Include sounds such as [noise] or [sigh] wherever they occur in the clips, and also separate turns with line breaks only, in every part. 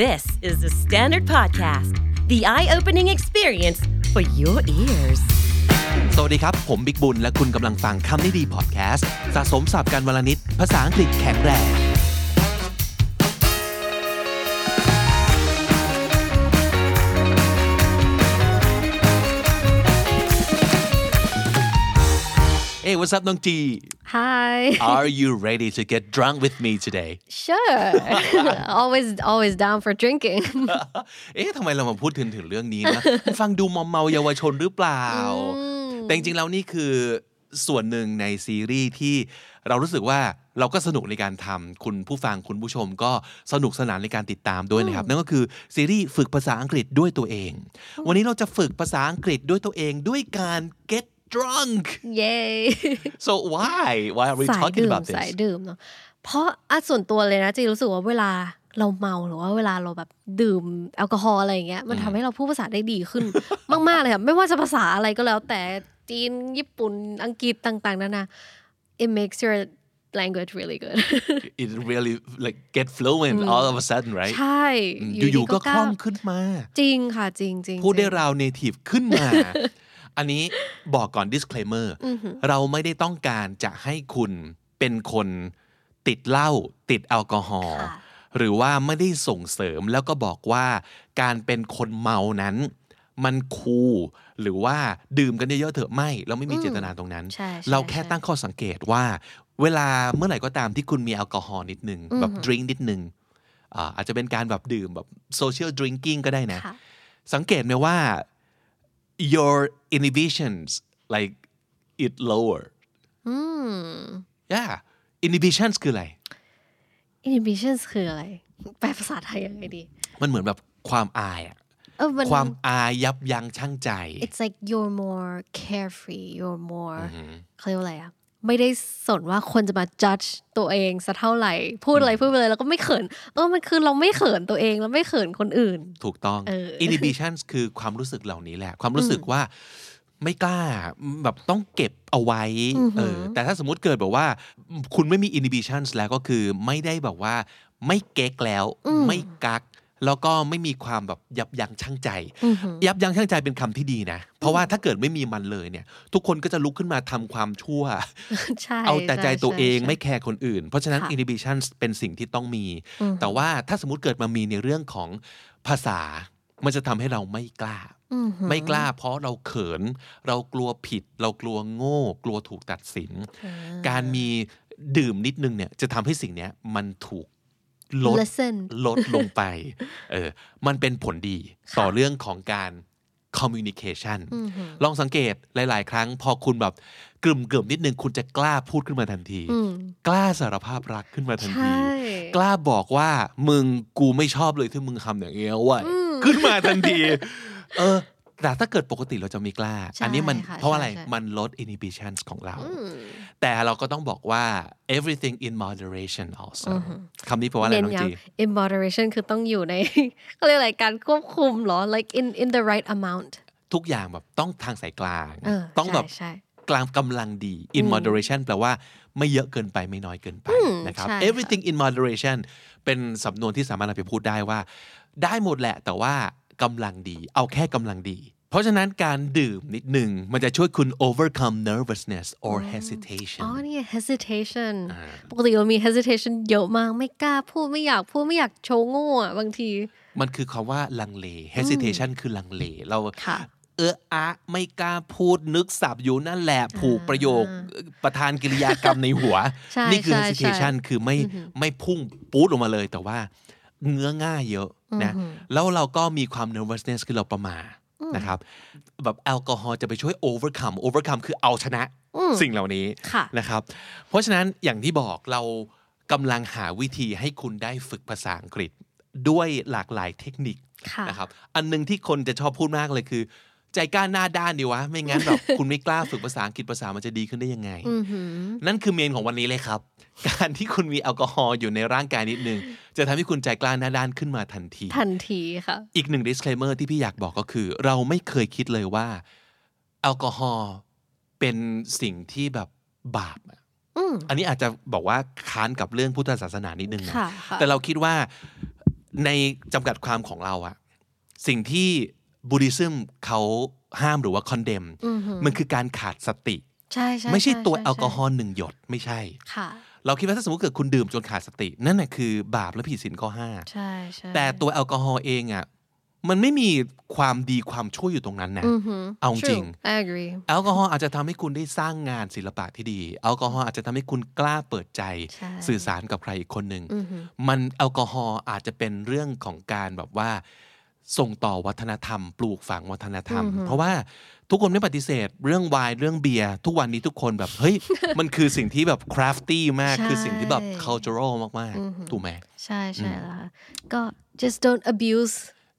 This is the Standard Podcast, the eye opening experience for your ears.
สวัสดีครับ ผมบิ๊กบุญ และคุณกำลังฟังคำนี้ดีพอดแคสต์ สะสมสับการวลนิด ภาษาอังกฤษแข็งแรง Hey what's up น้องจี
Hi.
Are you ready to get drunk with me today [laughs]
Sure. always always down for drinking. [laughs]
เอ๊ะทำไมเรามาพูดถึงถึงเรื่องนี้นะ มันฟังดูมอมเมาเยาวชนหรือเปล่า แต่จริงๆแล้วนี่คือส่วนหนึ่งในซีรีส์ที่เรารู้สึกว่าเราก็สนุกในการทำคุณผู้ฟังคุณผู้ชมก็สนุกสนานในการติดตามด้วยนะครับ นั่นก็คือซีรีส์ฝึกภาษาอังกฤษด้วยตัวเอง วันนี้เราจะฝึกภาษาอังกฤษด้วยตัวเองด้วยการ get drunk
Yay.
so why why are we
สาย
talking
ดื่ม
about this
สายดื่มเนาะเพราะอะส่วนตัวเลยนะจีรู้สึกว่าเวลาเราเมาหรือว่าเวลาเราแบบดื่มแอลกอฮอล์อะไรอย่างเงี้ยมันทำให้เราพูดภาษาได้ดีขึ้น [laughs] มากๆเลยค่ะไม่ว่าจะภาษาอะไรก็แล้ว แต่จีนญี่ปุ่นอังกฤษต่างๆนานา it makes your language really good [laughs]
it really like get fluent all of a sudden right
ใช่
อยู่
ดี
ๆก็คล่องขึ้นมา
จริงค่ะจริงๆจริงๆ
พูดได้ราว native ขึ้นมา
[laughs]
อันนี้บอกก่อน disclaimer เราไม่ได้ต้องการจะให้คุณเป็นคนติดเหล้าติดแอลกอฮอล์
ค่ะ
หรือว่าไม่ได้ส่งเสริมแล้วก็บอกว่าการเป็นคนเมานั้น มันคูลหรือว่าดื่มกันเยอะๆเถอะไม่ เราไม่มีเจตนาตรงนั้น
ใช่ใช่
เราแค่
ใช่
ตั้งข้อสังเกตว่า เวลาเมื่อไหร่ก็ตามที่คุณมีแอลกอฮอล์นิดนึงแบบ drink นิดนึงอ่าอาจจะเป็นการแบบดื่มแบบ social drinking ก็ได้นะ
ค่ะ
สังเกตไหมว่า your inhibitions like it lower
อืม
yeah inhibitions คืออะไร
inhibitions คืออะไร แปลภาษาไทยยังไงดี
มันเหมือนแบบความอายอะ
เออมัน
ความอายยับยั้งชั่งใจ
it's like you're more carefree you're more เขาเรียกว่าอะไรอะไม่ได้สนว่าคนจะมา judge ตัวเองสักเท่าไหร่ พูดอะไรพูดไปเลยแล้วก็ไม่เขิน เออ มันคือเราไม่เขินตัวเองแล้วไม่เขินคนอื่น [laughs]
ถูกต้อง
เออ
inhibitions คือความรู้สึกเหล่านี้แหละ ความรู้สึกว่าไม่กล้าแบบต้องเก็บเอาไว้เออแต่ถ้าสมมุติเกิดแบบว่า คุณไม่มี inhibitions แล้วก็คือไม่ได้แบบว่า ไม่เก๊กแล้ว ไม่กัก แล้วก็ไม่มีความแบบยับยั้งชั่งใจ ยับยั้งชั่งใจเป็นคำที่ดีนะ เพราะว่าถ้าเกิดไม่มีมันเลยเนี่ย ทุกคนก็จะลุกขึ้นมาทำความชั่ว
ใช่
เอาแต่ใจตัวเอง
ช่
ไม่แคร์คนอื่น เพราะฉะนั้น
ค่ะ
inhibitions เป็นสิ่งที่ต้องมี แต่ว่าถ้าสมมติเกิดมามีในเรื่องของภาษา มันจะทำให้เราไม่กล้า
อือหือ
ไม่กล้าเพราะเราเขิน เรากลัวผิด เรากลัวโง่ กลัวถูกตัดสิน การมีดื่มนิดนึงเนี่ยจะทำให้สิ่งเนี้ยมันถูกลด
listen
ลดลง [laughs] ไป เออ มันเป็นผลดีต่อเรื่องของการ communication ลองสังเกตหลาย ๆ ครั้ง พอคุณแบบกลุ่มเกิมๆนิดนึง คุณจะกล้าพูดขึ้นมาทันที
อืม
กล้าสารภาพรักขึ้นมาทันที
ใช่
กล้าบอกว่ามึงกูไม่ชอบเลยที่มึงทำอย่างเงี้ยเว่ะขึ้นมาทันที เออ แต่ถ้าเกิดปกติเราจะไมีกล้า
ใช่
อันนี้มัน
ค่ะ
เพราะอะไร
ใช่
มันลด inhibitions ของเรา
อืม
แต่เราก็ต้องบอกว่า everything in moderation also คำนี้แปลว่าอะไร
เน้น
น้องจี
ย้ำ in moderation คือต้องอยู่ใน [laughs] เขาเรียกอะไรการควบคุมเหรอ like in in the right amount
ทุกอย่างแบบต้องทางสายกลาง
เออ
ต้องแบบ
ใช่ใช่
กลางกำลังดี in moderation แปลว่าไม่เยอะเกินไปไม่น้อยเกินไปนะครับ
ใช่ค่ะ
everything in moderation เป็นสำนวนที่สามารถเอาไปพูดได้ว่า ได้หมดแหละแต่ว่ากำลังดี เอาแค่กำลังดี เพราะฉะนั้นการดื่มนิดหนึ่งมันจะช่วยคุณ overcome nervousness or hesitation
อ๋อนี่ไง hesitation ปกติเรามี hesitation เยอะมาก ไม่กล้าพูดไม่อยากพูดไม่อยากโชว์โง่อะบางที
มันคือคำว่าลังเล hesitation คือลังเล เรา
ค่ะ
เอออะไม่กล้าพูดนึกสับอยู่นั่นแหละผูกประโยคประธานกิริยากรรมในหัว
ใช่
นี่คือ
ใช่
hesitation คือไม่ไม่พุ่งปูดออกมาเลยแต่ว่าเงื้อง่ายเยอะนะแล้วเราก็มีความ nervousness คือเราประมานะครับแบบแอลกอฮอล์จะไปช่วย overcome overcome คือเอาชนะสิ่งเหล่านี้
ค่ะ
นะครับ เพราะฉะนั้นอย่างที่บอกเรากำลังหาวิธีให้คุณได้ฝึกภาษาอังกฤษด้วยหลากหลายเทคนิค
ค่ะ
นะครับอันหนึงที่คนจะชอบพูดมากเลยคือ ใจกล้าหน้าด้านดีวะ ไม่งั้นแบบ คุณไม่กล้าฝึกภาษาอังกฤษภาษามันจะดีขึ้นได้ยังไง นั่นคือเมนของวันนี้เลยครับ การที่คุณมีแอลกอฮอล์อยู่ในร่างกายนิดนึง จะทำให้คุณใจกล้าหน้าด้านขึ้นมาทันที
ทันทีค่ะ
อีกหนึ่ง disclaimer ที่พี่อยากบอกก็คือ เราไม่เคยคิดเลยว่าแอลกอฮอล์เป็นสิ่งที่แบบบาปอะ
อืม
อันนี้อาจจะบอกว่าค้านกับเรื่องพุทธศาสนานิดนึงนะ
ค่ะค่ะ
แต่เราคิดว่า ในจำกัดความของเราอะสิ่งที่บูดิซึมเขาห้ามหรือว่าคอนเดม
อือหือ
มันคือการขาดสติ
ใช่ใช่
ไม่ใช่ตัว
ช่
แอลกอฮอล์หนึ่งหยดไม่ใช่
ค่ะ
เราคิดว่าถ้าสมมติเกิดคุณดื่มจนขาดสติ นั่นน่ะคือบาปและผิดศีลข้อห้า
ใช่ใช่
แต่ตัวแอลกอฮอล์เองอ่ะมันไม่มีความดีความชั่วอยู่ตรงนั้นนะ
อือหือ
เอาจริง
True I agree
แอลกอฮอล์อาจจะทำให้คุณได้สร้างงานศิลปะที่ดี แอลกอฮอล์อาจจะทำให้คุณกล้าเปิดใจ
ใช่
สื่อสารกับใครอีกคนหนึ่ง
อือหือ
มันแอลกอฮอล์อาจจะเป็นเรื่องของการแบบว่า ส่งต่อวัฒนธรรม ปลูกฝังวัฒนธรรม
อือฮึ
เพราะว่าทุกคนไม่ปฏิเสธ เรื่องไวน์เรื่องเบียร์ทุกวันนี้ทุกคนแบบ เฮ้ย [laughs] มันคือสิ่งที่แบบคราฟตี้มากคือสิ่งที่แบบ cultural มากๆถูกไหม
ใช่ใช่แล้วค่ะก็ just don't abuse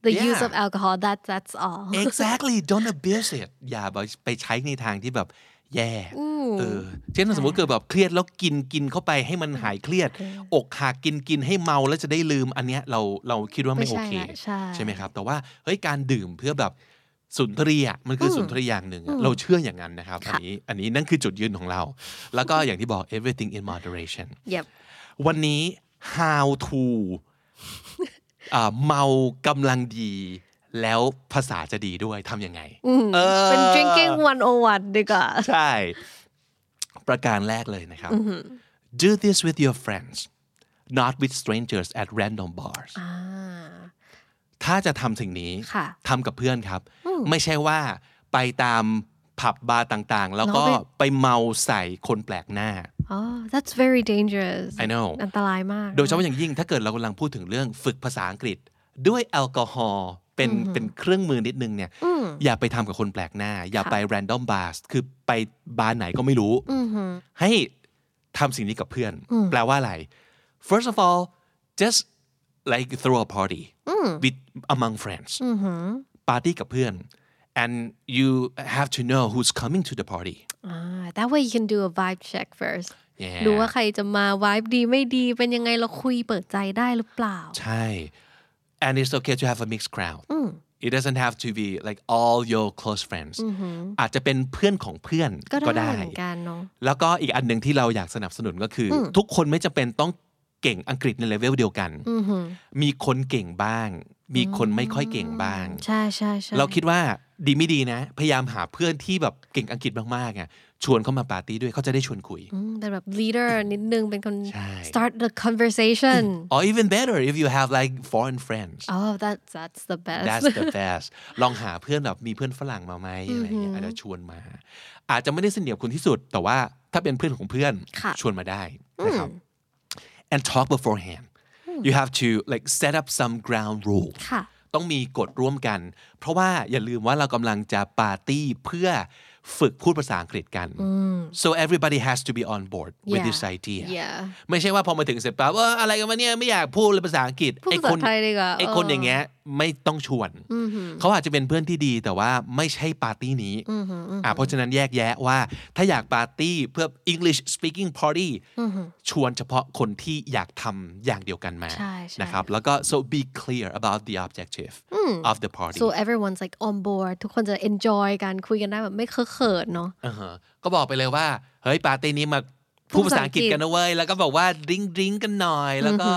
the
Yeah.
use of alcohol that that's all
exactly don't abuse it อย่าไปใช้ในทางที่แบบแย่เออเช่นสมมติเกิดแบบเครียดแล้วกินกินเข้าไปให้มันหายเครียด อกหักกินกินให้เมาแล้วจะได้ลืมอันเนี้ยเราเราคิดว่าไม่โอเค
ไม่ใช่ละใช่
ใช่ไหมครับ แต่ว่าเฮ้ยการดื่มเพื่อแบบสุนทรีย์อะมันคือสุนทรีย์อย่างหนึ่งอะเราเชื่ออย่างนั้นนะครับ อันนี้อันนี้นั่นคือจุดยืนของเรา แล้วก็อย่างที่บอก everything in moderation
yep
วันนี้ how to อ่าเมากำลังดี แล้วภาษาจะดีด้วยทำยังไงเออ
เป็น drinking 101ดีกว่า
ใช่ ประการแรกเลยนะครับ do this with your friends not with strangers at random bars ถ้าจะทำสิ่งนี้
ค่ะ
ทำกับเพื่อนครับ ไม่ใช่ว่าไปตามผับบาร์ต่างๆ แล้วก็ไปเมาใส่คนแปลกหน้า
อ๋อ that's very dangerous
I know
อันตรายมาก
โดยเฉพาะอย่างยิ่งถ้าเกิดเรากำลังพูดถึงเรื่องฝึกภาษาอังกฤษ ด้วยแอลกอฮอล์เป็นเป็นเครื่องมือนิดนึงเนี่ยอย่าไปทำกับคนแปลกหน้า อย่าไป random bars คือไปบาร์ไหนก็ไม่รู้ ให้ทำสิ่งนี้กับเพื่อน แปลว่าอะไร first of all just like throw a party with among friends ปาร์ตี้กับเพื่อน and you have to know who's coming to the party
อ่า that way you can do a vibe check first
Yeah
ดูว่าใครจะมา vibe ดีไม่ดี เป็นยังไงเราคุยเปิดใจได้หรือเปล่า
ใช่ and it's okay to have a mixed crowd it doesn't have to be like all your close friends อาจจะเป็นเพื่อนของเพื่อน
ก็
ก็
ได้
ได้
เหมือนกันเนาะ
แล้วก็อีกอันหนึ่งที่เราอยากสนับสนุนก็คือ ทุกคนไม่จำเป็นต้องเก่งอังกฤษในเลเวลเดียวกัน มีคนเก่งบ้าง มีคนไม่ค่อยเก่งบ้าง
ใช่ใช่ใช่
เราคิดว่าดีไม่ดีนะ พยายามหาเพื่อนที่แบบเก่งอังกฤษมากๆอ่ะชวนเข้ามาปาร์ตี้ด้วยเขาจะได้ชวนคุย
อืมเป็นแบบ leader นิดนึง เป็นคน
ใช่
start the
[laughs]
conversation
or even better if you have like foreign friends
oh that that's the best [laughs]
that's the best ลองหาเพื่อนแบบมีเพื่อนฝรั่งมาไหมอะไรเงี้ยอาจจะชวนมา อาจจะไม่ได้สนิทกับคุณที่สุด แต่ว่าถ้าเป็นเพื่อนของเพื่อน
ค่ะ
ชวนมาได้นะครับ and talk beforehand you have to like set up some ground rule
ค่ะ
ต้องมีกฎร่วมกัน เพราะว่าอย่าลืมว่าเรากำลังจะปาร์ตี้เพื่อฝึกพูดภาษาอังกฤษกัน so everybody has to be on board with
Yeah.
this idea
yeah
ไม่ใช่ว่าพอมาถึงเสร็จปั๊บเอออะไรกันวะเนี่ยไม่อยากพูดเลยภาษาอังกฤษ
พูดภาษา
คน
ไทยดีกว่า
ไอ้
เออ
คนอย่างเงี้ยไม่ต้องชวน เขาอาจจะเป็นเพื่อนที่ดีแต่ว่าไม่ใช่ปาร์ตี้นี้อ่าเพราะฉะนั้นแยกแยะว่าถ้าอยากปาร์ตี้เพื่อ English speaking party ชวนเฉพาะคนที่อยากทำอย่างเดียวกันมา
ใช่ใช่
นะครับแล้วก็ so be clear about the objective of the party
so everyone's like on board ทุกคนจะ enjoy กันคุยกันได้แบบไม่เคอะเขินเนาะ
อ่าฮะก็บอกไปเลยว่า เฮ้ย ปาร์ตี้นี้มาพูดภาษาอังกฤษกันนะเว้ย แล้วก็บอกว่าดริ้งดริ้งกันหน่อย แล้วก็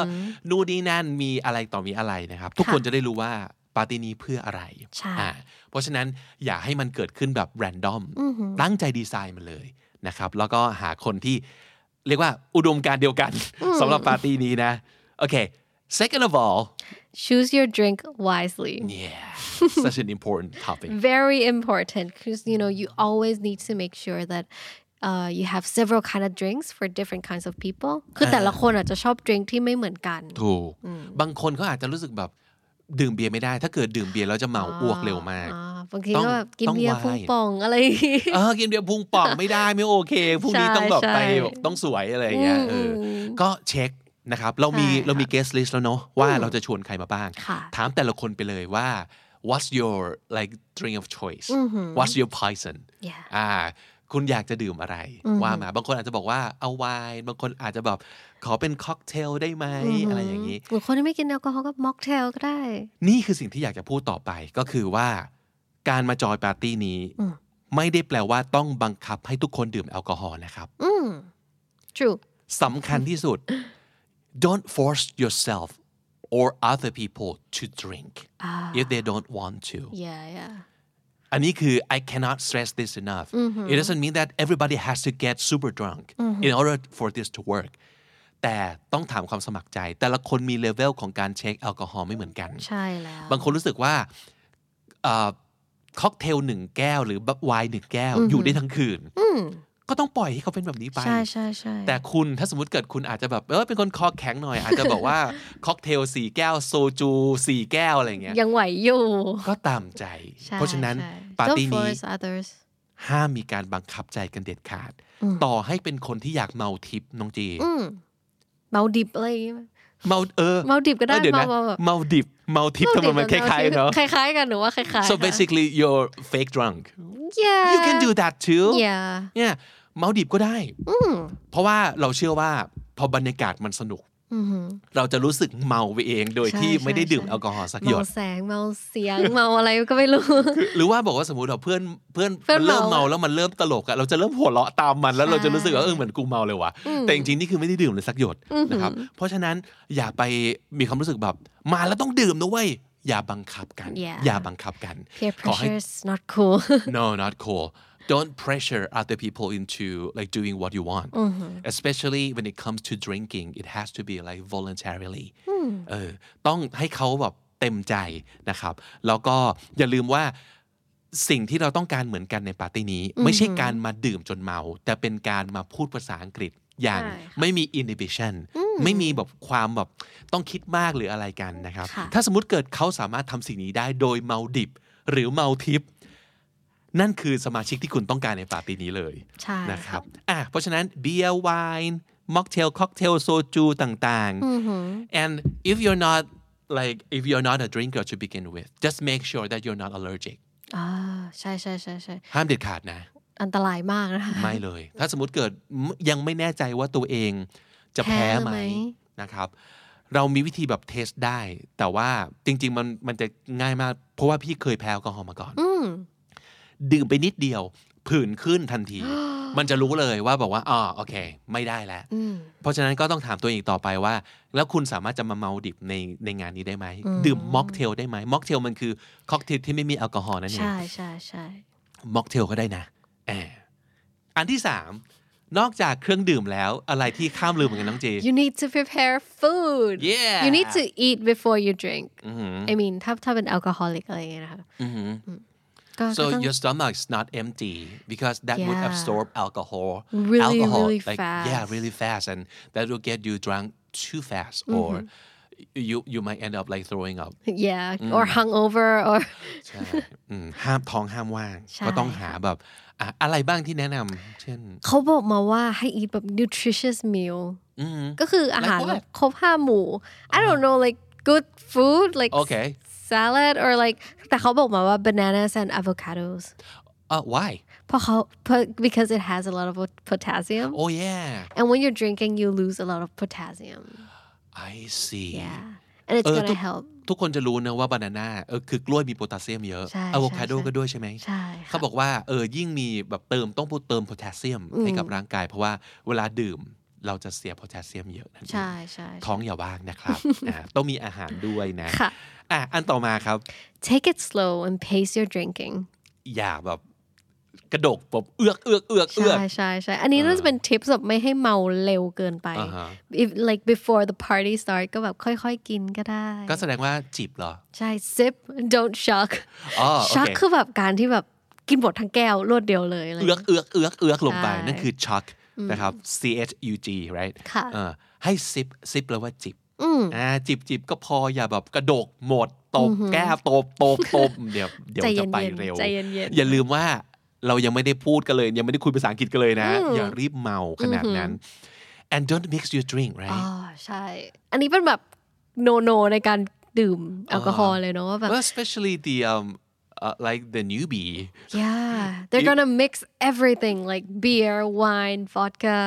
นู่นนี่นั่นมีอะไรต่อมีอะไรนะครับ ทุกคนจะได้รู้ว่าปาร์ตี้นี้เพื่ออะไร
ใช่
อ่าเพราะฉะนั้นอย่าให้มันเกิดขึ้นแบบแรนดอมตั้งใจดีไซน์มันเลยนะครับ แล้วก็หาคนที่เรียกว่าอุดมการณ์เดียวกันสำหรับปาร์ตี้นี้นะโอเค second of all
choose your drink wisely
yeah [laughs] such an important topic
very important because you know you always need to make sure that uh, you have several kind of drinks for different kinds of people คือแต่ละคนอาจจะชอบ drink ที่ไม่เหมือนกัน
ถูกบางคนเขาอาจจะรู้สึกแบบดื่มเบียร์ไม่ได้ถ้าเกิดดื่มเบียร์แล้วจะเมาอ้วกเร็วมาก
อ่าบางที
ต้อง
ก็แบบกิน
ต้อง
เบียร์พุง
wine
ป่องอะไร [laughs]
เออกินเบียร์พุงป่องไม่ได้ไม่โอเคพรุ่งนี้ต้องแบบ
ใช่
ไปแบบต้องสวยอะไรอย่างเงี้ยเออก็เช็คนะครับเรามี
ใช่ค่ะ
เรามี guest list แล้วเนาะว่าเราจะชวนใครมาบ้าง
ค่ะ
ถามแต่ละคนไปเลยว่า what's your like drink of choice what's your poison
Yeah
อ่าคุณอยากจะดื่มอะไรว่ามาบางคนอาจจะบอกว่าเอาไวน์บางคนอาจจะแบบขอเป็นค็อกเทลได้ไหมอะไรอย่างนี้
หรือคนที่ไม่กินแอลกอฮอล์ก็ม็อกเทลก็ได้
นี่คือสิ่งที่อยากจะพูดต่อไปก็คือว่า การมาจอยปาร์ตี้นี้ ไม่ได้แปลว่าต้องบังคับให้ทุกคนดื่มแอลกอฮอล์นะครับ
true
สำคัญที่สุด don't force yourself or other people to drink if they don't want to
yeah yeah
อันนี้คือ I cannot stress this enough it doesn't mean that everybody has to get super drunk in order for this to work แต่ต้องถามความสมัครใจ แต่ละคนมีเลเวลของการเช็คแอลกอฮอล์ไม่เหมือนกัน
ใช่แล้ว
บางคนรู้สึกว่าเอ่อค็อกเทลหนึ่งแก้ว หรือบับไวน์หนึ่งแก้ว อยู่ได้ทั้งคืน ก็ต้องปล่อยให้เขาเป็นแบบนี้ไป
ใช่ใช่ใช่
แต่คุณถ้าสมมติเกิดคุณอาจจะแบบเออเป็นคนคอแข็งห
[laughs]
น่อย อาจจะบอกว่า ค็อกเทลสี่แก้วโซจูสี่แก้วอะไรเงี้ย
ยังไหวอยู่
ก็ตามใจ
ใช่
เพราะฉะนั้น
ใช่
ปาร์ตี้
Don't
นี้
force others
ห้ามมีการบังคับใจกันเด็ดขาด ต่อให้เป็นคนที่อยากเมาทิปน้องจี
อืมเมาดิบอะไรอย่างงี้
เมาเออ
เมาดิบก็ได้
ออเยวนะ
เมาแบบ
เมาดิบเมาทิปทำไมมันคล้ายๆเนาะ
คล้ายๆกันหรือว่าคล้ายๆ
so basically you're fake drunk
yeah
you can do that too
yeah
เนี่ยเมาดิบก็ได้
อืม
เพราะว่าเราเชื่อว่าพอบรรยากาศมันสนุก
อือหือ
เราจะรู้สึกเมาไปเอง โดย
ใช่
ที่ไม่ได้
ใช่
ดื่ม
ใช่
แอลกอฮอล์สักหย
เมา
ด
แสงเมาเสียง เมาอะไรก็ไม่
[laughs]
รู้
หรือว่าบอกว่าสมมติว่าเพื่อนเพื่อน
เพื่อน
มันเริ่ม
เมา
เมาแล้วมันเริ่มตลกอะเราจะเริ่มหัวเราะตามมันแล้ว
ใช่
เราจะรู้สึกว่าเออเหมือนกูเมาเลยว่ะ
อืม
แต่จริงๆนี่คือไม่ได้ดื่มเลยสักหยดนะครับเพราะฉะนั้นอย่าไปมีความรู้สึกแบบมาแล้วต้องดื่มนะเว้ยอย่าบังคับกัน
Yeah
อย่าบังคับกัน
peer
ขอให้
pressure is not cool [laughs]
no not cool don't pressure other people into like doing what you want especially when it comes to drinking it has to be like voluntarily เออต้องให้เขาแบบเต็มใจนะครับ แล้วก็อย่าลืมว่าสิ่งที่เราต้องการเหมือนกันในปาร์ตี้นี้ ไม่ใช่การมาดื่มจนเมา แต่เป็นการมาพูดภาษาอังกฤษอย่าง
ใช่ค่ะ
ไม่มี inhibition ไม่มีแบบความแบบต้องคิดมากหรืออะไรกันนะครับ
ค่ะ
ถ้าสมมติเกิดเขาสามารถทำสิ่งนี้ได้โดยเมาดิบ หรือเมาทิป นั่นคือสมาชิกที่คุณต้องการในปาร์ตี้นี้เลย
ใช่
นะครับอ่ะเพราะฉะนั้นเบียร์ไวน์ม็อกเทลค็อกเทลโซจูต่างๆ and if you're not like if you're not a drinker to begin with just make sure that you're not allergic
อ่าใช่ใช่ใช่ใช่
ห้ามเด็ดขาดนะ
อันตรายมาก
[laughs]
นะคะ
ไม่เลย ถ้าสมมติเกิดยังไม่แน่ใจว่าตัวเองจะแพ้ไหม
แพ้ไหม
นะครับ เรามีวิธีแบบเทสได้ แต่ว่าจริง ๆ มันมันจะง่ายมาก เพราะว่าพี่เคยแพ้แอลกอฮอล์มาก่อน
อืม
ดื่มไปนิดเดียว ผื่นขึ้นทันที [gasps] มันจะรู้เลยว่าบอกว่าอ๋อโอเค ไม่ได้แล้ว
อืม
เพราะฉะนั้นก็ต้องถามตัวเองต่อไปว่า แล้วคุณสามารถจะมาเมาดิบในในงานนี้ได้ไหม ดื่มม็อกเทลได้ไหมม็อกเทลมันคือค็อกเทลที่ไม่มีแอลกอฮอล์นั่นเอง
ใช่ใช่ใช่
ม็อกเทลก็ได้นะแอบอันที่สามนอกจากเครื่องดื่มแล้วอะไรที่ข้ามลืมเหมือนกันน้องเจ
ๆ you need to prepare food
Yeah
you need to eat before you drink
อือหือ
I mean ถ้าถ้าเป็นแอลกอฮอลิกอะไรอย่างเงี้ยนะคะ
อือหือ
ก็
so
ก็ต้อง
your stomach is not empty because that would
Yeah.
absorb alcohol
Really,
alcohol
really
like
fast.
yeah really fast and that will get you drunk too fast or you you might end up like throwing
[laughs]
up
yeah or hungover or [laughs]
ใช่อืมห้ามท้องห้ามว่าง
ใช่
ก็ต้องหาแบบอ่ะอะไรบ้างที่แนะนำเช่น
เขาบอกมาว่าให้ eat แบบ nutritious meal
อืม
ก็คืออาหาร
Like what?
แบบครบห้าหมู่ I don't know like good food like
Okay.
salad or like แต่เขาบอกมาว่า bananas and avocados
เอ่อ why
เพราะเขา because it has a lot of potassium
oh yeah
and when you're drinking you lose a lot of potassium
I see
yeah and it's
เออ
gonna
ทุก
help
ทุกคนจะรู้นะว่าบานาน่าเออคือกล้วยมีโพแทสเซียมเยอะ
ใช่
อะโวคาโด
ใช่
ก็ด้วยใช่ไหม
ใช่
เขาบอกว่าเออยิ่งมีแบบเติมต้องพูดเติมโพแทสเซียมให้กับร่างกาย เพราะว่าเวลาดื่มเราจะเสียโพแทสเซียมเยอะนั่นเอง
ใช่ใช่
ท้องอย่าว่างนะครับ
[laughs]
อ่าต้องมีอาหารด้วยนะ
ค่ะ
อ่ะอันต่อมาครับ
take it slow and pace your drinking
อย่าแบบกระดกแบบเอือกเอือกเอือกเอือก
ใช่ใช่ใช่อันนี้น่าจะเป็นทิปแบบไม่ให้เมาเร็วเกินไป
อ่าฮะ
if like before the party start ก็แบบค่อยๆกินก็ได้
ก็แสดงว่าจิบเหรอ
ใช่ sip don't shock
อ๋อโอเค
shock คือแบบการที่แบบกินหมดทั้งแก้วรวดเดียวเลยอะไร
เอือกเอือกเอือกเอือกลงไป
ใช่
นั่นคือช็อกนะครับ C H U G right
ค่ะ
เออให้ซิปซิปแปลว่าจิบอ่าจิบจิบก็พออย่าแบบกระโดกหมดตบแก้วตบตบตบ [laughs] เดี๋ยวเดี๋ยว
ใจเย็
จะ
น
ไป
ๆ
เร็ว
ใจเย็นๆ
อย่าลืมว่าเรายังไม่ได้พูดกันเลย ยังไม่ได้คุยภาษาอังกฤษกันเลยนะ อย่ารีบเมาขนาดนั้น and don't mix your drink
อ๋อ
right
ใช่ อันนี้เป็นแบบ no no ในการดื่มแอลกอฮอล์เลยเนาะว่าแบบ
well, especially the um uh, like the newbie
yeah they're gonna mix everything like beer wine vodka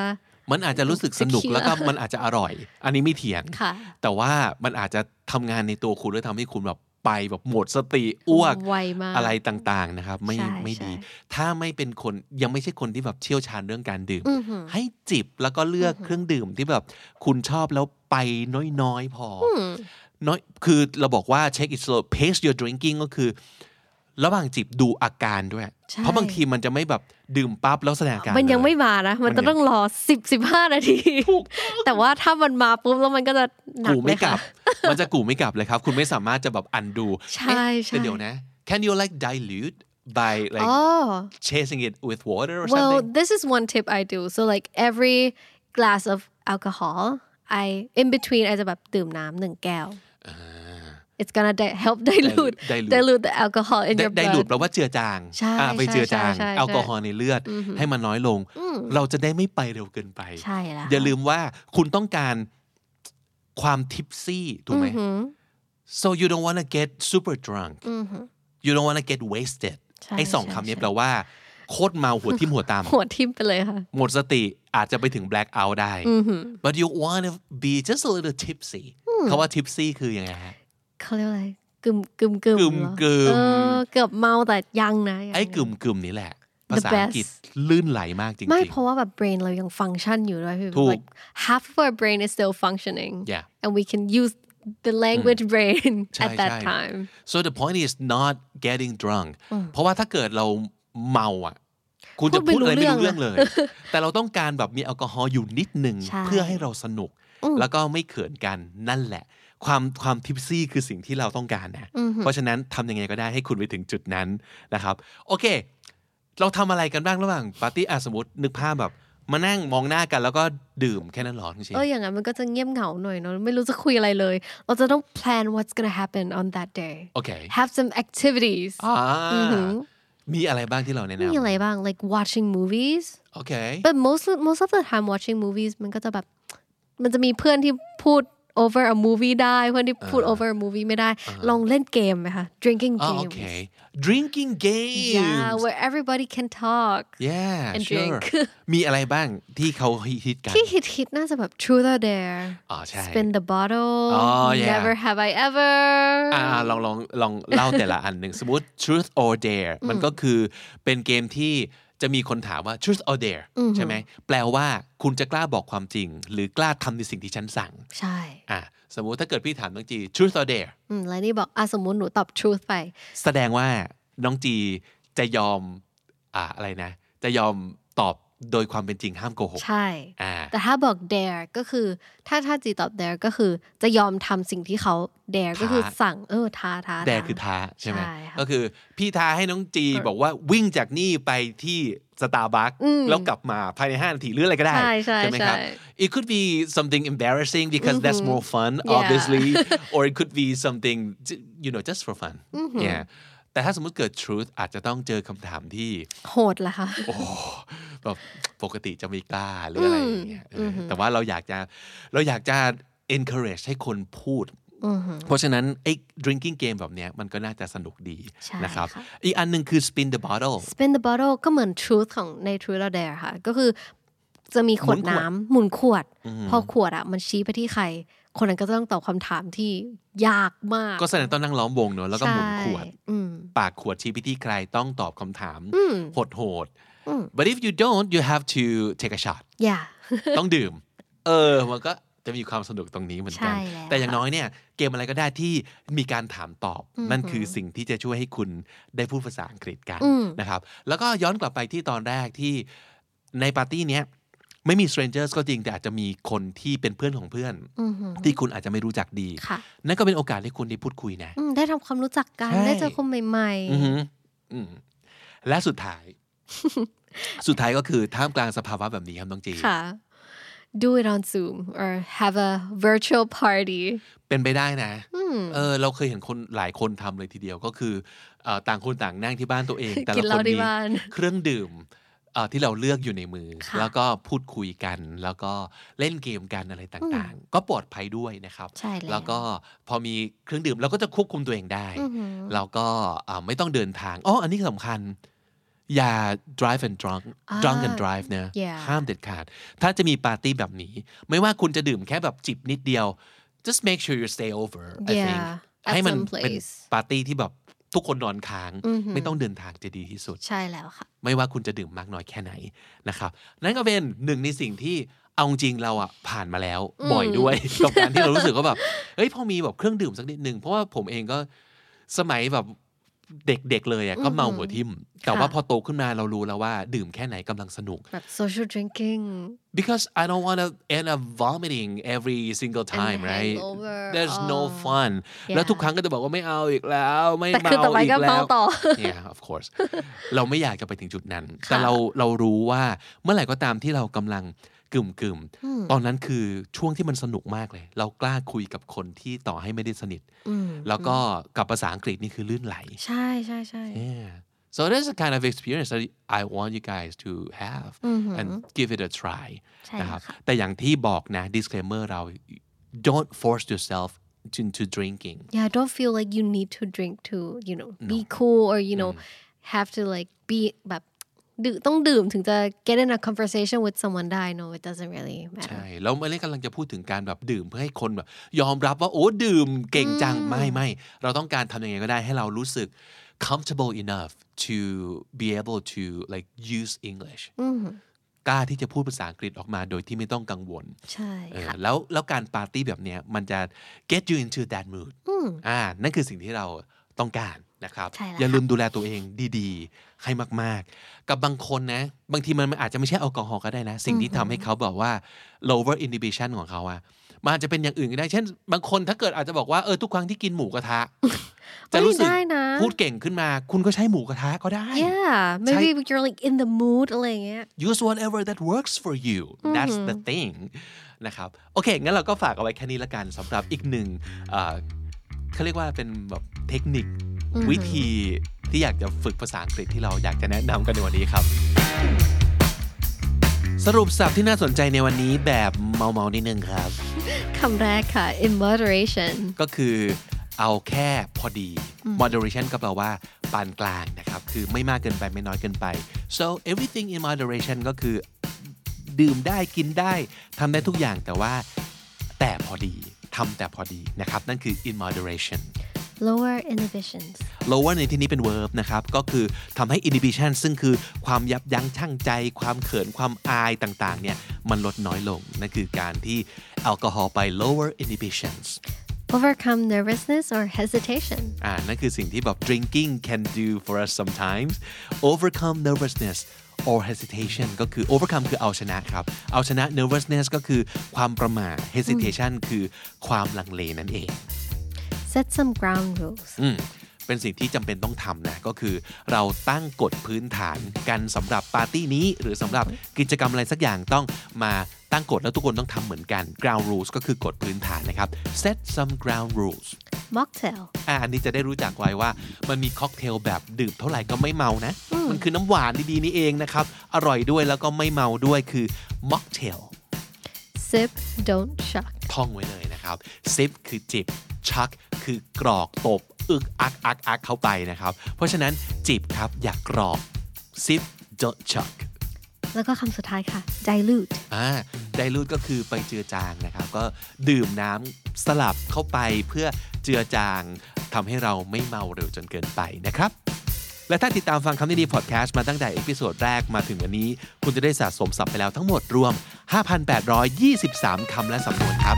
มันอาจจะรู้สึกสนุก
Tequila
แล้วก็มันอาจจะอร่อย อันนี้ไม่เถียง
ค่ะ
แต่ว่ามันอาจจะทำงานในตัวคุณแล้วทำให้คุณแบบไปแบบหมดสติอ้วก
ไวมาก
อะไรต่างๆนะครับ ไม่
ใช่
ไม่
ใช่
ดี ถ้าไม่เป็นคนยังไม่ใช่คนที่แบบเชี่ยวชาญเรื่องการดื่ม ให้จิบแล้วก็เลือกเครื่องดื่มที่แบบคุณชอบแล้วไปน้อยๆพออ น้อยคือเราบอกว่า check it slow pace your drinking ก็คือ ระหว่างจิบดูอาการด้วย
ใช่
เพราะบางทีมันจะไม่แบบดื่มปั๊บแล้วแสดงอาการ
มันยัง
เล
ไม่มานะ มั
มัน
น
ยั
จะ
ง
ต้องรอสิบสิบห้านาที แต่ว่าถ้ามันมาปุ๊บแล้วมันก็จะหนัก
กู
เล
ไม่
ย
กลั
ค่ะ
บ มันจะกูไม่กลับเลยครับ คุณไม่สามารถจะแบบอันดู
ใช่
เอ๊ะ
ใช่
แต่เดี๋ยวนะ can you like dilute by
อ๋
like
อ
chasing it with water or
Well,
something
this is one tip I do. So like every glass of alcohol, I in between อาจจะแบบดื่มน้ำหนึ่งแก้ว It's gonna di- help dilute
dilute
dilute the alcohol in
ได
your
ไดรูด
blood.
แปลว่าเจือจาง
ใช่
อ่าไป
ใช่
เจือจาง
ใช่ใช่
แอลกอฮอล์ในเลือด ให้มันน้อยลง
อืม
เราจะได้ไม่ไปเร็วเกินไป
ใช่แล้ว
อย่าลืมว่าคุณต้องการความทิปซี่ถูกไหม
อือหือ
so you don't wanna get super drunk
อือหือ
you don't wanna get wasted
ใช่
ไอ้สอง
ใช่
คำนี้
ใช่
แปลว่า โคตรเมาหัวทิ่มหัวตาม
หัวทิ่มไปเลยค่ะ
หมดสติอาจจะไปถึง black out ได้
อือหือ
but you wanna be just a little tipsy คาว่า tipsy คือยังไงฮะ
เขาเรียกอะไรกึมกึมกึมเหรอก
ึมๆ
เออเกือบเมาแต่ยังนะยัง
ไอ้กึ่มกึ่มๆนี่แหละ ภา
The
ษาอังกฤษ
best
ลื่นไหลมากจริงๆ
ไม่เพราะว่าแบบ brain เรายังฟังก์ชันอยู่ด้วยพี่
ถูก
แบบ half of our brain is still functioning
yeah
and we can use the language
[laughs]
brain
ใช่
at that
ใช่
time
so the point is not getting drunk เพราะว่าถ้าเกิดเราเมาอ่ะ คุณจะ
พู
พูด
ด
อะ
ไม่
ไรไม่
รู้
รู้
เรื่
เรื่อ
อง ง
เลย
[laughs]
แต่เราต้องการแบบมีแอลกอฮอล์อยู่นิดหนึ่ง
ใช่
เพื่อให้เราสนุก แล้วก็ไม่เขินกันนั่นแหละ ความความทิปซี่คือสิ่งที่เราต้องการนะ เพราะฉะนั้นทำยังไงก็ได้ให้คุณไปถึงจุดนั้นนะครับ โอเค เราทำอะไรกันบ้างระหว่างปาร์ตี้อ่ะสมมตินึกภาพแบบ มานั่งมองหน้ากันแล้วก็ดื่มแค่นั้นหรอจริง
เอออย่างนั้นมันก็จะเงียบเหงาหน่อยเนอะไม่รู้จะคุยอะไรเลย เราจะต้อง plan what's gonna happen on that day
ๆโอเค
have some activities
อ่ามีอะไรบ้างที่เราแนะ
มีอะไร
นำ
บ้าง like watching movies
โอเค
but most of- most of the time watching movies มันก็จะแบบ มันจะมีเพื่อนที่พูด over a movie ได้ เพื่อนที่พูด over a movie ไม่ได้ ลองเล่นเกมไหมคะ drinking
อ๋อ
games
โอเค drinking games
yeah where everybody can talk
yeah
And
sure
drink [laughs]
มีอะไรบ้างที่เขาฮิตๆกัน
ที่ฮิตฮิตๆน่าจะแบบ truth or dare
อ๋อใช่
spin the bottle
อ๋อ yeah
never have I ever
อ่าลองลองลองเล่าแต่ละอันหนึ่ง [laughs] สมมติ truth or dare มันก็คือเป็นเกมที่จะมีคนถามว่า truth or dare ใช่ไหมแปลว่าคุณจะกล้าบอกความจริง หรือกล้าทำในสิ่งที่ฉันสั่ง
ใช่
อ่ะสมมุติถ้าเกิดพี่ถามน้องจี truth or dare
อืมแล้วนี่บอกอ่ะสมมุติหนูตอบ truth ไป
แสดงว่าน้องจีจะยอมอ่าอะไรนะ จะยอมตอบโดยความเป็นจริงห้ามโกหก
ใช่
อ่า
แต่ถ้าบอก dare ก็คือ ถ้าถ้าจีตอบ dare ก็คือจะยอมทำสิ่งที่เขา dare
ท้า
ก็คือสั่งเออท้าท้า
แด
ท้า
คือท้าใช่ไหม
ใช่ค่ะ
ก็คือพี่ท้าให้น้องจีบอกว่าวิ่งจากนี่ไปที่สตาร์บัคแล้วกลับมาภายใน 5 นาทีหรืออะไรก็ได้
ใช่ใช่
ไหมครับ
ใช่
it could be something embarrassing because that's more fun
[laughs]
obviously or it could be something ju- you know just for fun yeah แต่ถ้าสมมติเกิด truth อาจจะต้องเจอคำถามที่
โหดละค่ะ
โอ้แบบปกติจะไม่กล้าหรืออะไรอย่างเงี้ยเอออแต่ว่าเราอยากจะเราอยากจะ encourage ให้คนพูด เพราะฉะนั้นไอ้ drinking game แบบเนี้ยมันก็น่าจะสนุกดี
ใช่
นะครับ
ค่ะ
อีกอันหนึ่งคือ spin the bottle
spin the bottle ก็เหมือน truth ของใน truth or dare ค่ะ ก็คือจะมีขวดน้ำหมุนขวด พอขวดอ่ะ มันชี้ไปที่ใคร คนนั้นก็จะต้องตอบคำถามที่ยากมาก
ก็แสดงต้องนั่งล้อมวงเนอะแล้วก็หมุนขวด
ใช่อืม
ปากขวดชี้ไปที่ใครต้องตอบคำถามโหดโหดๆ
อืม
but if you don't you have to take a shot
อย่า
ต้องดื่
[laughs]
ม เออ มันก็จะมีความสนุกตรงนี้เหมือนกัน
ใช่แล้ว
แต่อย่างน้อยเนี่ย เกมอะไรก็ได้ที่มีการถามตอบ นั่นคือสิ่งที่จะช่วยให้คุณได้พูดภาษาอังกฤษกันนะครับ แล้วก็ย้อนกลับไปที่ตอนแรกที่ในปาร์ตี้เนี้ยไม่มี strangers ก็จริง แต่อาจจะมีคนที่เป็นเพื่อนของเพื่อน
อือหือ
ที่คุณอาจจะไม่รู้จักดี
ค่ะ
นั่นก็เป็นโอกาสที่คุณได้พูดคุยนะ
อืมได้ทำความรู้จักกัน
ใช่
ได้เจอคนใหม่
อือหืออืมและสุดท้าย
[laughs]
สุดท้ายก็คือท่ามกลางสภาวะแบบนี้ครับน้องจี
ๆ ค่ะ do it on Zoom or have a virtual party
เป็นไปได้นะเออเราเคยเห็นคนหลายคนทำเลยทีเดียวก็คือเอ่อต่างคนต่างนั่งที่บ้านตัวเอง
[laughs]
แต่
กิ
ละค
นเหล้าน ที่
มี
บ้าน
เครื่องดื่มเอ่อที่เราเลือกอยู่ในมือ
ค่ะ
แล้วก็พูดคุยกัน แล้วก็เล่นเกมกันอะไรต่างๆ ก็ปลอดภัยด้วยนะครับ
ใช่แล้ว
แล้วก็พอมีเครื่องดื่มเราก็จะควบคุมตัวเองได้
อือหือ
แล้วก็อ่าไม่ต้องเดินทางอ๋ออันนี้สำคัญ อย่า drive and drunk
อ่า
drunk and drive นะ
Yeah
ห้ามเด็ดขาด ถ้าจะมีปาร์ตี้แบบนี้ ไม่ว่าคุณจะดื่มแค่แบบจิบนิดเดียว just make sure you stay over I think
Yeah, at
ให้มัน
some
เป็น
place
ปาร์ตี้ที่แบบทุกคนนอนค้าง ไม่ต้องเดินทางจะดีที่สุด
ใช่แล้วค่ะ
ไม่ว่าคุณจะดื่มมากน้อยแค่ไหนนะครับ นั่นก็เป็นหนึ่งในสิ่งที่ เอาจริงๆเราอะผ่านมาแล้ว
อืม
บ่อยด้วย [laughs] กับการที่เรารู้สึกว่าแบบเอ้ยพอมีแบบเครื่องดื่มสักนิดนึงเพราะว่าผมเองก็สมัยแบบเด็กๆเลยอะก็เมาหัวทิ่มแต่ว่าพอโตขึ้นมาเรารู้แล้วว่า ดื่มแค่ไหนกำลังสนุก
แบบ social drinking
because I don't want to end up vomiting every single time
And
right
hangover.
there's
Oh.
no fun แล้วทุกครั้งก็จะบอกว่าไม่เอาอีกแล้วไม่
แต่
เมา
คือต่อไป
อี
ก็
ก
เมา
แล้ว
ต่อ [laughs]
[laughs] yeah of course เราไม่อยากจะไปถึงจุดนั้น แต่
ค่ะ
เราเรารู้ว่าเมื่อไหร่ก็ตามที่เรากำลังกึ่มกึ่มๆตอนนั้นคือช่วงที่มันสนุกมากเลย เรากล้าคุยกับคนที่ต่อให้ไม่ได้สนิท
อืม
แล้วก็กับภาษาอังกฤษนี่คือลื่นไหล
ใช่ใช่ใช่
yeah so that's the kind of experience that I want you guys to have
อือหือ
and give it a try
ใช่
นะครับ
ค่ะ
แต่อย่างที่บอกนะ disclaimer เรา don't force yourself into drinking
yeah don't feel like you need to drink to you know be cool or you know have to like be แบบดืต้องดื่มถึงจะ get in a conversation with someone ได้ no it doesn't really matter
ใช่แล้วมาเล่กำลังจะพูดถึงการแบบดื่มเพื่อให้คนแบบยอมรับว่าโอ้ดื่มเก่งจัง ไม่ไม่เราต้องการทำยังไงก็ได้ให้เรารู้สึก comfortable enough to be able to like use English กล้าที่จะพูดภาษาอังกฤษออกมาโดยที่ไม่ต้องกังวล
ใช่
เออ
ค่ะ
แล้วแล้วการปาร์ตี้แบบเนี้ยมันจะ get you into that mood อ่านั่นคือสิ่งที่เราต้องการนะครับ
ใช่แล้ว
อย่า
ค่ะ
ลืมดูแลตัวเองดีๆ ให้มากๆ กับบางคนนะ บางทีมันอาจจะไม่ใช่แอลกอฮอล์ก็ได้นะ สิ่งที่ทำให้เขาบอกว่า lower inhibition ของเขาอะมันอาจจะเป็นอย่างอื่นก็ได้ เช่น บางคนถ้าเกิดอาจจะบอกว่าเออทุกครั้งที่กินหมูก
[laughs]
ระทะ จะรู้สึก
ได้นะ
พูดเก่งขึ้นมา คุณก็ใช้หมูกระทะก็ได้
yeah maybe you're like in the mood อะไรอย่างเงี้ย
use whatever that works for you that's the thing นะครับ โอเค งั้นเราก็ฝากเอาไว้แค่นี้ละกันสำหรับอีกหนึ่งเอ่อเขาเรียกว่าเป็นแบบเทคนิควิธีที่อยากจะฝึกภาษาอังกฤษที่เราอยากจะแนะนำกันในวันนี้ครับ สรุปสับที่น่าสนใจในวันนี้แบบเมาๆนิดนึงครับ
คำแรกค่ะ in moderation
ก็คือเอาแค่พอดี moderation ก็แปลว่าปานกลางนะครับ คือไม่มากเกินไปไม่น้อยเกินไป so everything in moderation ก็คือ ดื่มได้กินได้ทำได้ทุกอย่างแต่ว่าแต่พอดีทำแต่พอดีนะครับ นั่นคือ in moderation
lower inhibitions
lower ในที่นี้เป็น verb นะครับ ก็คือทำให้ inhibition ซึ่งคือความยับยั้งชั่งใจ ความเขินความอายต่างๆเนี่ยมันลดน้อยลง นั่นคือการที่แอลกอฮอล์ไป lower inhibitions
overcome nervousness or hesitation
อ่านั่นคือสิ่งที่แบบ drinking can do for us sometimes overcome nervousness or hesitation ก็คือ overcome คือเอาชนะครับ เอาชนะ nervousness ก็คือความประหม่า hesitation คือความลังเลนั่นเอง
set some ground rules
อืมเป็นสิ่งที่จำเป็นต้องทำนะ ก็คือเราตั้งกฎพื้นฐานกันสำหรับปาร์ตี้นี้ หรือสำหรับกิจกรรมอะไรสักอย่างต้องมาตั้งกฎแล้วทุกคนต้องทำเหมือนกัน ground rules ก็คือกฎพื้นฐานนะครับ set some ground rules
mocktail
อ่ะอันนี้จะได้รู้จักไว้ว่ามันมีค็อกเทลแบบดื่มเท่าไหร่ก็ไม่เมานะ มันคือน้ำหวานดีๆนี่เองนะครับ อร่อยด้วยแล้วก็ไม่เมาด้วยคือม็อกเทล
sip don't shock
ท่องไว้เลยนะครับซิปคือจิบ ชักคือกรอกตบ อึกอักอักอักเข้าไปนะครับ เพราะฉะนั้นจิบครับอย่ากรอกซิป don't chuck
แล้วก็คำสุดท้ายค่ะ dilute
อ่าไดรูดก็คือไปเจือจางนะครับ ก็ดื่มน้ำสลับเข้าไปเพื่อเจือจางทำให้เราไม่เมาเร็วจนเกินไปนะครับ และถ้าติดตามฟังคำนี้ดีพอดแคสต์มาตั้งแต่เอพิโซดแรกมาถึงวันนี้ คุณจะได้สะสมศัพท์ไปแล้วทั้งหมดรวม 5,823 คำและสำนวนครับ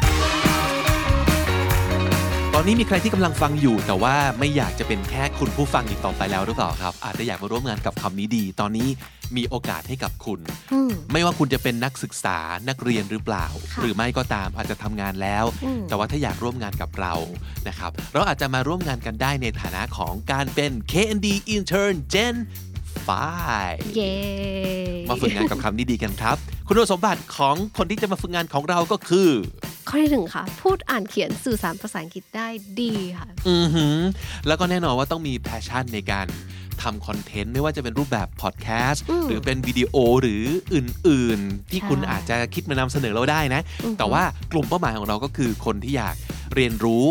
ตอนนี้มีใครที่กำลังฟังอยู่ แต่ว่าไม่อยากจะเป็นแค่คุณผู้ฟังอีกต่อไปแล้วหรือเปล่าครับ อาจจะอยากมาร่วมงานกับคำนี้ดี ตอนนี้มีโอกาสให้กับคุณ
อืม
ไม่ว่าคุณจะเป็นนักศึกษานักเรียนหรือเปล่า
ค่ะ
หรือไม่ก็ตามอาจจะทำงานแล้ว
อืม
แต่ว่าถ้าอยากร่วมงานกับเรานะครับ เราอาจจะมาร่วมงานกันได้ในฐานะของการเป็น KND Intern Gen 5
เย้
มาฝึกงานกับคำนี้ดีกันครับ คุณสมบัติของคนที่จะมาฝึกงานของเราก็คือ
ข้อที่หนึ่งค่ะ พูดอ่านเขียนสื่อสารภาษาอังกฤษได้ดีค่ะ
อือหือแล้วก็แน่นอนว่าต้องมีแพชชั่นในการทำคอนเทนต์ ไม่ว่าจะเป็นรูปแบบพอดแคสต์
อืม
หรือเป็นวิดีโอหรืออื่นๆ ที่
ใช่
คุณอาจจะคิดมานำเสนอเราได้นะ
อือหือ
แต่ว่ากลุ่มเป้าหมายของเราก็คือคนที่อยากเรียนรู้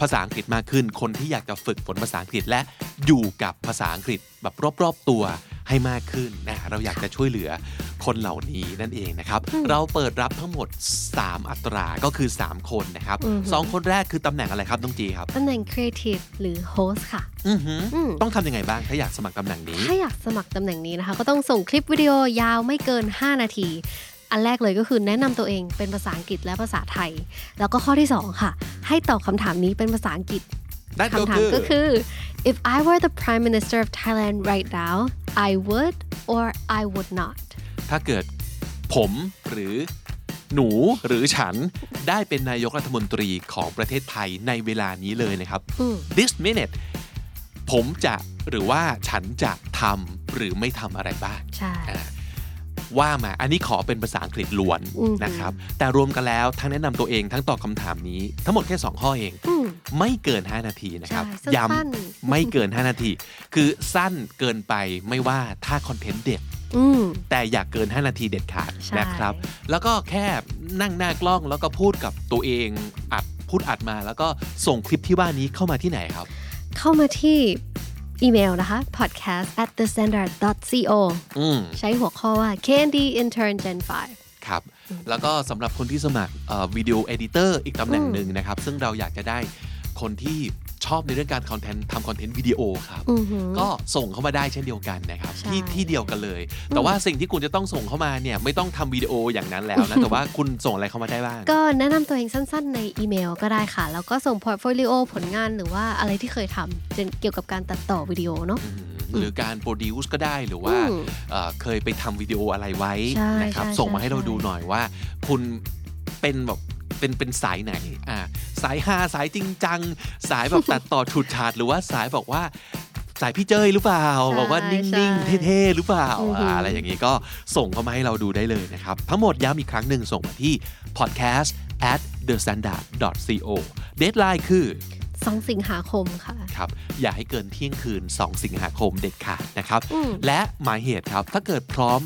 ภาษาอังกฤษมากขึ้น คนที่อยากจะฝึกฝนภาษาอังกฤษและอยู่กับภาษาอังกฤษแบบรอบๆตัวให้มากขึ้นนะเราอยากจะช่วยเหลือคนเหล่านี้นั่นเองนะครับ เราเปิดรับทั้งหมด 3 อัตราก็คือ 3 คนนะครับสองคนแรกคือตำแหน่งอะไรครับน้องจีครับ
ตำแหน่ง creative หรือ host ค่ะ
อือหือ
อืม
ต้องทำยังไงบ้างถ้าอยากสมัครตำแหน่งนี้
ถ้าอยากสมัครตำแหน่งนี้นะคะ ก็ต้องส่งคลิปวิดีโอยาวไม่เกิน 5 นาที อันแรกเลยก็คือแนะนำตัวเองเป็นภาษาอังกฤษและภาษาไทย แล้วก็ข้อที่สองค่ะ ให้ตอบคำถามนี้เป็นภาษาอังกฤษ
นั่นก็
คำถาม
คือ
ก็คือ if I were the prime minister of Thailand right now I would or I would not
ถ้าเกิดผมหรือหนูหรือฉันได้เป็นนายกรัฐมนตรีของประเทศไทยในเวลานี้เลยนะครับ
อืม
this minute ผมจะหรือว่าฉันจะทำหรือไม่ทำอะไรบ้าง
ใช่
อ่ะว่ามา อันนี้ขอเป็นภาษาอังกฤษล้วน
อือหือ
นะครับ แต่รวมกันแล้วทั้งแนะนำตัวเองทั้งตอบคำถามนี้ ทั้งหมดแค่ 2 ข้อเอง
อืม
ไม่เกิน 5 นาทีนะครับ
ใช่สั้นๆ
ย้ำไม่เกิน 5 นาที คือสั้นเกินไปไม่ว่าถ้าคอนเทนต์เด็ด
อืม
แต่อย่าเกิน 5 นาทีเด็ดขาด
ใช่
นะครับ แล้วก็แค่นั่งหน้ากล้องแล้วก็พูดกับตัวเองอัดพูดอัดมา แล้วก็ส่งคลิปที่ว่านี้เข้ามาที่ไหนครับ
เข้ามาที่อีเมลนะคะ podcast at the standard co
อืม
ใช้หัวข้อว่า Candy Intern Gen 5
ครับแล้วก็สำหรับคนที่สมัครวิดีโอเอดิเตอร์อีกตำแหน่งหนึ่งนะครับ ซึ่งเราอยากจะได้คนที่ชอบในเรื่องการคอนเทนต์ทำคอนเทนต์วิดีโอครับ
อือหือ
ก็ส่งเข้ามาได้เช่นเดียวกันนะครับ
ใช่
ที่ที่เดียวกันเลย แต่ว่าสิ่งที่คุณจะต้องส่งเข้ามาเนี่ยไม่ต้องทำวิดีโออย่างนั้นแล้วนะ แต่ว่าคุณส่งอะไรเข้ามาได้บ้าง
ก็แนะนำตัวเองสั้นๆ ในอีเมลก็ได้ค่ะ แล้วก็ส่งพอร์ตโฟลิโอผลงานหรือว่าอะไรที่เคยทำเกี่ยวเกี่ยวกับการตัดต่อวิดีโอเนาะ
อืมหรือการโปรดิวซ์ก็ได้หรือว่า
อืม
เอ่อเคยไปทำวิดีโออะไรไว้
ใช่
นะครับ
ใช่
ส่งมาให้
ใช่
เราดูหน่อยว่า คุณเป็นแบบเป็นเป็นสายไหนอ่าสายฮาสายจริงจัง สายแบบ ตัดต่อฉุดฉาดหรือว่าสายบอกว่าสายพี่เจยหรือเปล่า
ใช่
บอกว่านิ่
ใช่
งๆเท่ๆหรือเปล่า
อือหืออ
อะไรอย่างนี้ก็ส่งเข้ามาให้เราดูได้เลยนะครับ ทั้งหมดย้ำอีกครั้งหนึ่งส่งมาที่ podcast at the standard co deadline คือ
สองสิงหาคมค่ะ
ครับอย่าให้เกินเที่ยงคืน 2 สิงหาคมเด็ดขาดนะครับ
อืม
และหมายเหตุครับ ถ้าเกิดพร้อม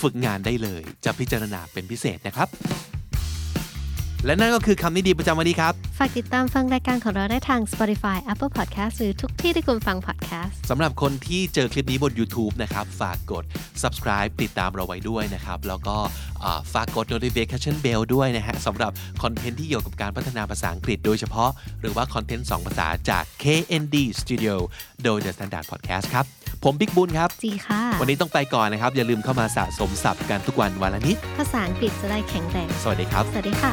ฝึกงานได้เลย จะพิจารณาเป็นพิเศษนะครับ และนั่นก็คือคำนิดีประจำวันนี้ครับ
ฝากติดตามฟังรายการของเราได้ทาง Spotify Apple Podcast หรือทุกที่ที่คุณฟัง podcast
สำหรับคนที่เจอคลิปนี้บน YouTube นะครับ ฝากกด subscribe ติดตามเราไว้ด้วยนะครับ แล้วก็อ่าฝากกด notification bell ด้วยนะฮะสำหรับคอนเทนต์ที่เกี่ยวกับการพัฒนาภาษาอังกฤษโดยเฉพาะ หรือว่าคอนเทนต์สองภาษาจาก KND Studio โดย The Standard Podcast ครับ ผมบิ๊กบุญครับ
จีค่ะ
วันนี้ต้องไปก่อนนะครับ อย่าลืมเข้ามาสะสมศัพท์กันทุกวันวันละนิด
ภาษาอังกฤษจะได้แข็งแรง
สวัสดีครับ
สวัสดีค่ะ